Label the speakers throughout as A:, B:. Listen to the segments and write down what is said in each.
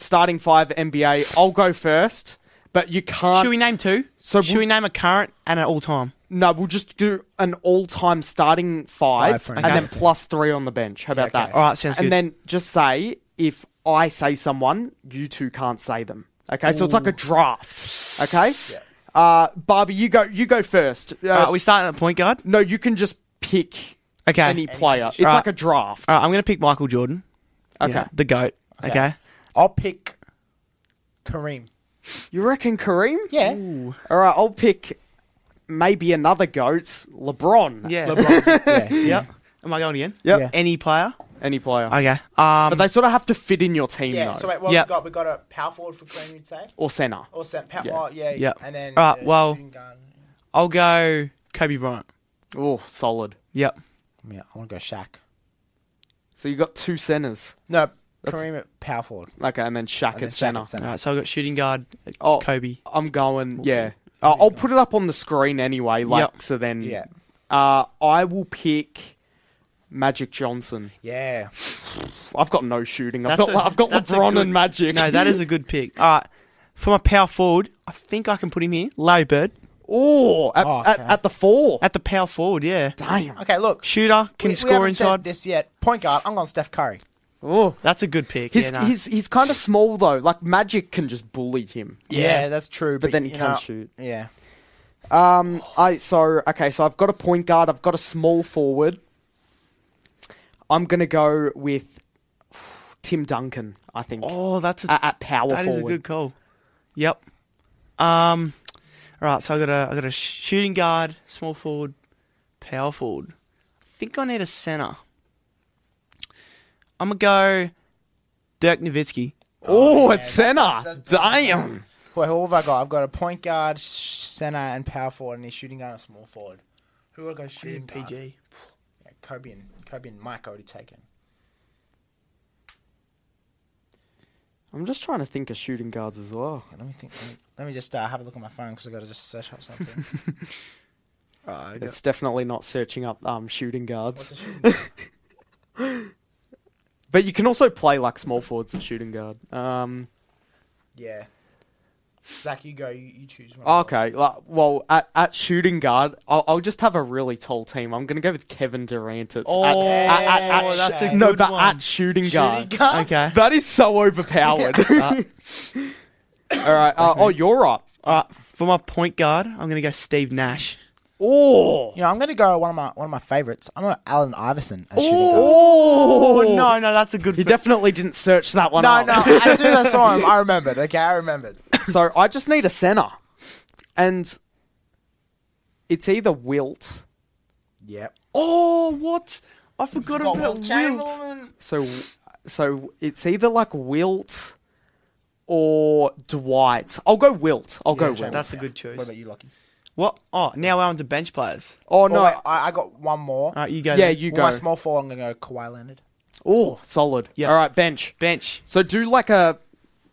A: starting five NBA. I'll go first, but you can't.
B: Should we name two?
A: So
B: Should
A: we-
B: we name a current and an all-time?
A: No, we'll just do an all-time starting five,
C: Five for
A: and
C: now.
A: then plus three on the bench. How about
C: Yeah, okay.
A: that?
B: All right, sounds
A: and
B: good.
A: then just say if I say someone, you two can't say them. Okay, so it's like a draft. Okay, uh, Barbie, you go. You go first. Uh,
B: All right, we starting at point guard?
A: no, you can just pick
B: Okay.
A: any player. It's
B: All right.
A: like a draft.
B: All right, I'm going to pick Michael Jordan.
A: okay,
B: Yeah, the GOAT. Okay.
C: I'll pick Kareem.
A: you reckon Kareem?
C: Yeah.
A: All right, I'll pick maybe another goat, LeBron.
B: Yeah.
C: LeBron. yeah. Yep.
B: Am I going again?
A: Yep.
C: Yeah.
B: Any player?
A: Any player.
B: Okay. Um,
A: But they sort of have to fit in your team
C: Yeah.
A: though,
C: So wait, what
B: Yep.
C: we got? We got a power forward for Kareem, you'd say,
A: or center.
C: or St. Pat.
A: Yeah.
C: Yeah. Oh, yeah.
B: Yep.
C: And then.
B: Alright,
C: uh,
B: well-
C: shooting guard.
B: I'll go Kobe Bryant.
A: Oh, solid.
B: Yep.
C: Yeah, I want to go Shaq.
A: So you got two centers.
C: No,
A: That's-
C: Kareem at power forward.
A: Okay, and then Shaq
C: And then
A: at
C: Shaq
A: center.
C: at center.
B: All right, so I've got shooting guard,
A: Oh,
B: Kobe.
A: I'm going. Yeah, uh, I'll put it up on the screen anyway. Like
B: Yep.
A: so, then.
C: Yeah.
A: Uh, I will pick Magic Johnson.
C: Yeah.
A: I've got no shooting. I've
B: That's
A: got
B: a-
A: I've got
B: that's a
A: LeBron
B: good-
A: and Magic.
B: No, that is a good pick. All right. For my power forward, I think I can put him here. Larry Bird.
A: oh, at,
C: Oh,
A: at,
C: okay.
A: at the four.
B: At the power forward, yeah.
A: Damn.
C: Okay, look.
B: Shooter,
C: we-
B: can
C: we
B: score
C: haven't said
B: inside.
C: this yet. Point guard. I'm going Steph Curry.
A: Oh,
B: That's a good pick.
A: he's
B: yeah, no.
A: he's he's kind of small though. Like Magic can just bully him.
C: Yeah, that's true. But,
A: then he
C: you
A: can't
C: know,
A: shoot.
C: Yeah.
A: Um, I so okay, so I've got a point guard. I've got a small forward. I'm gonna go with Tim Duncan. I think
B: Oh, that's a,
A: at, at power
B: that is a
A: forward.
B: good call. Yep. Um. All right, so I got a I got a sh- shooting guard, small forward, power forward. I think I need a center. I'm gonna go Dirk Nowitzki.
A: Oh, at
C: that's-
A: center.
C: that's-
A: Damn.
C: Wait, who have I got? I've got a point guard, sh- center, and power forward, and he's shooting guard and small forward. Who have I got shooting guard? Yeah, Kobe and Kobe and Mike already taken.
A: I'm just trying to think of shooting guards as well.
C: Yeah, let me think. Let me, let me just uh, have a look at my phone because I got to just search up something.
A: It's definitely not searching up um, shooting
C: What's a
A: guards.
C: shooting guard?
A: But you can also play like small forwards and shooting guard. Um,
C: yeah. Zach, you go. You, you choose one.
B: Oh,
A: okay, like, well, at, at shooting guard, I'll, I'll just have a really tall team. I'm going to go with Kevin Durant. It's at,
B: Oh,
A: at, at, at,
C: yeah, that's a
A: no,
B: good
A: but
B: one.
A: at shooting guard.
C: Shooting guard.
B: Okay.
A: That is so overpowered. Uh, All right. Uh, Oh, you're up.
B: All right, for my point guard, I'm gonna go Steve Nash.
A: Oh.
C: You know, I'm gonna go one of my one of my favorites. I'm gonna Allen Iverson as shooting guard.
A: Oh.
B: Oh no, no, that's a good.
A: You definitely didn't search that one
C: No,
A: up.
C: no. As soon as I saw him, I remembered. Okay, I remembered.
A: so I just need a center. And it's either Wilt.
C: Yep.
B: oh, what? I forgot about Wilt.
A: So so it's either like Wilt or Dwight. I'll go Wilt. I'll go Wilt.
B: That's a good choice.
C: What about you, Lockie?
B: What? Oh, now we're on to bench players.
A: Oh
C: Oh, no,
A: no.
C: I, I got one more.
B: All right, you go.
A: yeah,
B: then.
A: you
C: Well,
A: go.
C: my small forward, I'm gonna go Kawhi Leonard.
A: oh, solid.
B: Yeah.
A: All right, bench.
B: bench.
A: So do like a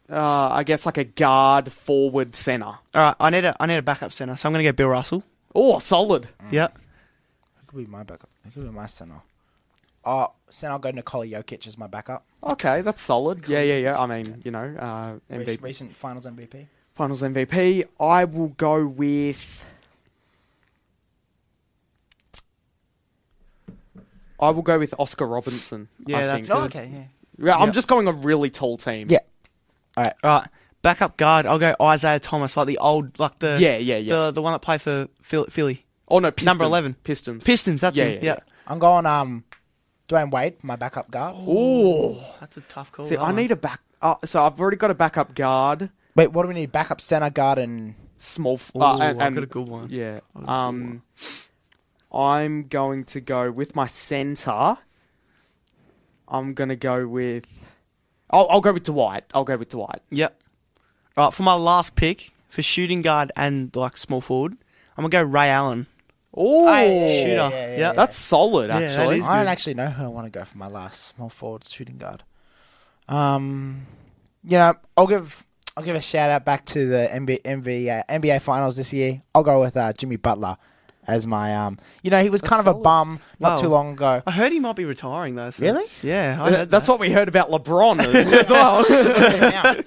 A: uh, I guess like a guard forward center.
B: All right, I need a I need a backup center, so I'm gonna go Bill Russell.
A: Oh, solid.
B: Yep.
C: It could be my backup. It could be my center. Oh, center, I'll go Nikola Jokic as my backup.
A: Okay, that's solid. Yeah, yeah, yeah. I mean, you know, uh,
C: Rec-
A: MVP,
C: Recent Finals MVP.
A: Finals MVP. I will go with. I will go with Oscar Robinson.
B: Yeah,
A: I
B: that's
A: think.
C: Oh,
B: Good.
C: okay, yeah.
A: Yeah, I'm
B: yeah.
A: just going a really tall team.
C: Yeah.
B: All right, backup guard. I'll go Isaiah Thomas, like the old, like the
A: yeah, yeah, yeah.
B: the the one that played for Phil- Philly
A: oh no, Pistons.
B: number 11.
A: Pistons.
B: Pistons. That's
A: Yeah,
B: him.
A: yeah,
B: Yeah,
C: I'm going um, Dwayne Wade, my backup guard.
A: Ooh.
B: Oh, that's a tough call.
A: See, I need a back. Uh, so I've already got a backup guard,
C: Wait, what do we need? Backup center, guard, and
A: small. F-
B: Ooh,
A: uh, and,
B: I've
A: and-
B: got a good one.
A: Yeah.
B: I've got a good
A: Um, I'm going to go with my center. I'm gonna go with. I'll, I'll go with Dwight. I'll go with Dwight.
B: Yep. All right, for my last pick for shooting guard and like small forward, I'm gonna go Ray Allen.
A: Oh,
C: Aye.
B: Shooter.
C: Yeah,
B: Yeah,
C: yeah, yeah, yeah.
A: that's solid.
B: Yeah, that
A: Actually,
B: is.
C: I
B: good.
C: don't actually know who I want to go for my last small forward shooting guard. Um, you know, I'll give I'll give a shout out back to the NBA NBA, NBA Finals this year. I'll go with uh, Jimmy Butler as my um. You know, he was
A: That's
C: kind of a
A: solid.
C: bum not
B: Wow.
C: too long ago.
B: I heard he might be retiring though. So.
C: Really?
B: Yeah, I
A: Th-
B: heard
A: That's
B: that.
A: what we heard about LeBron as well.
C: yeah,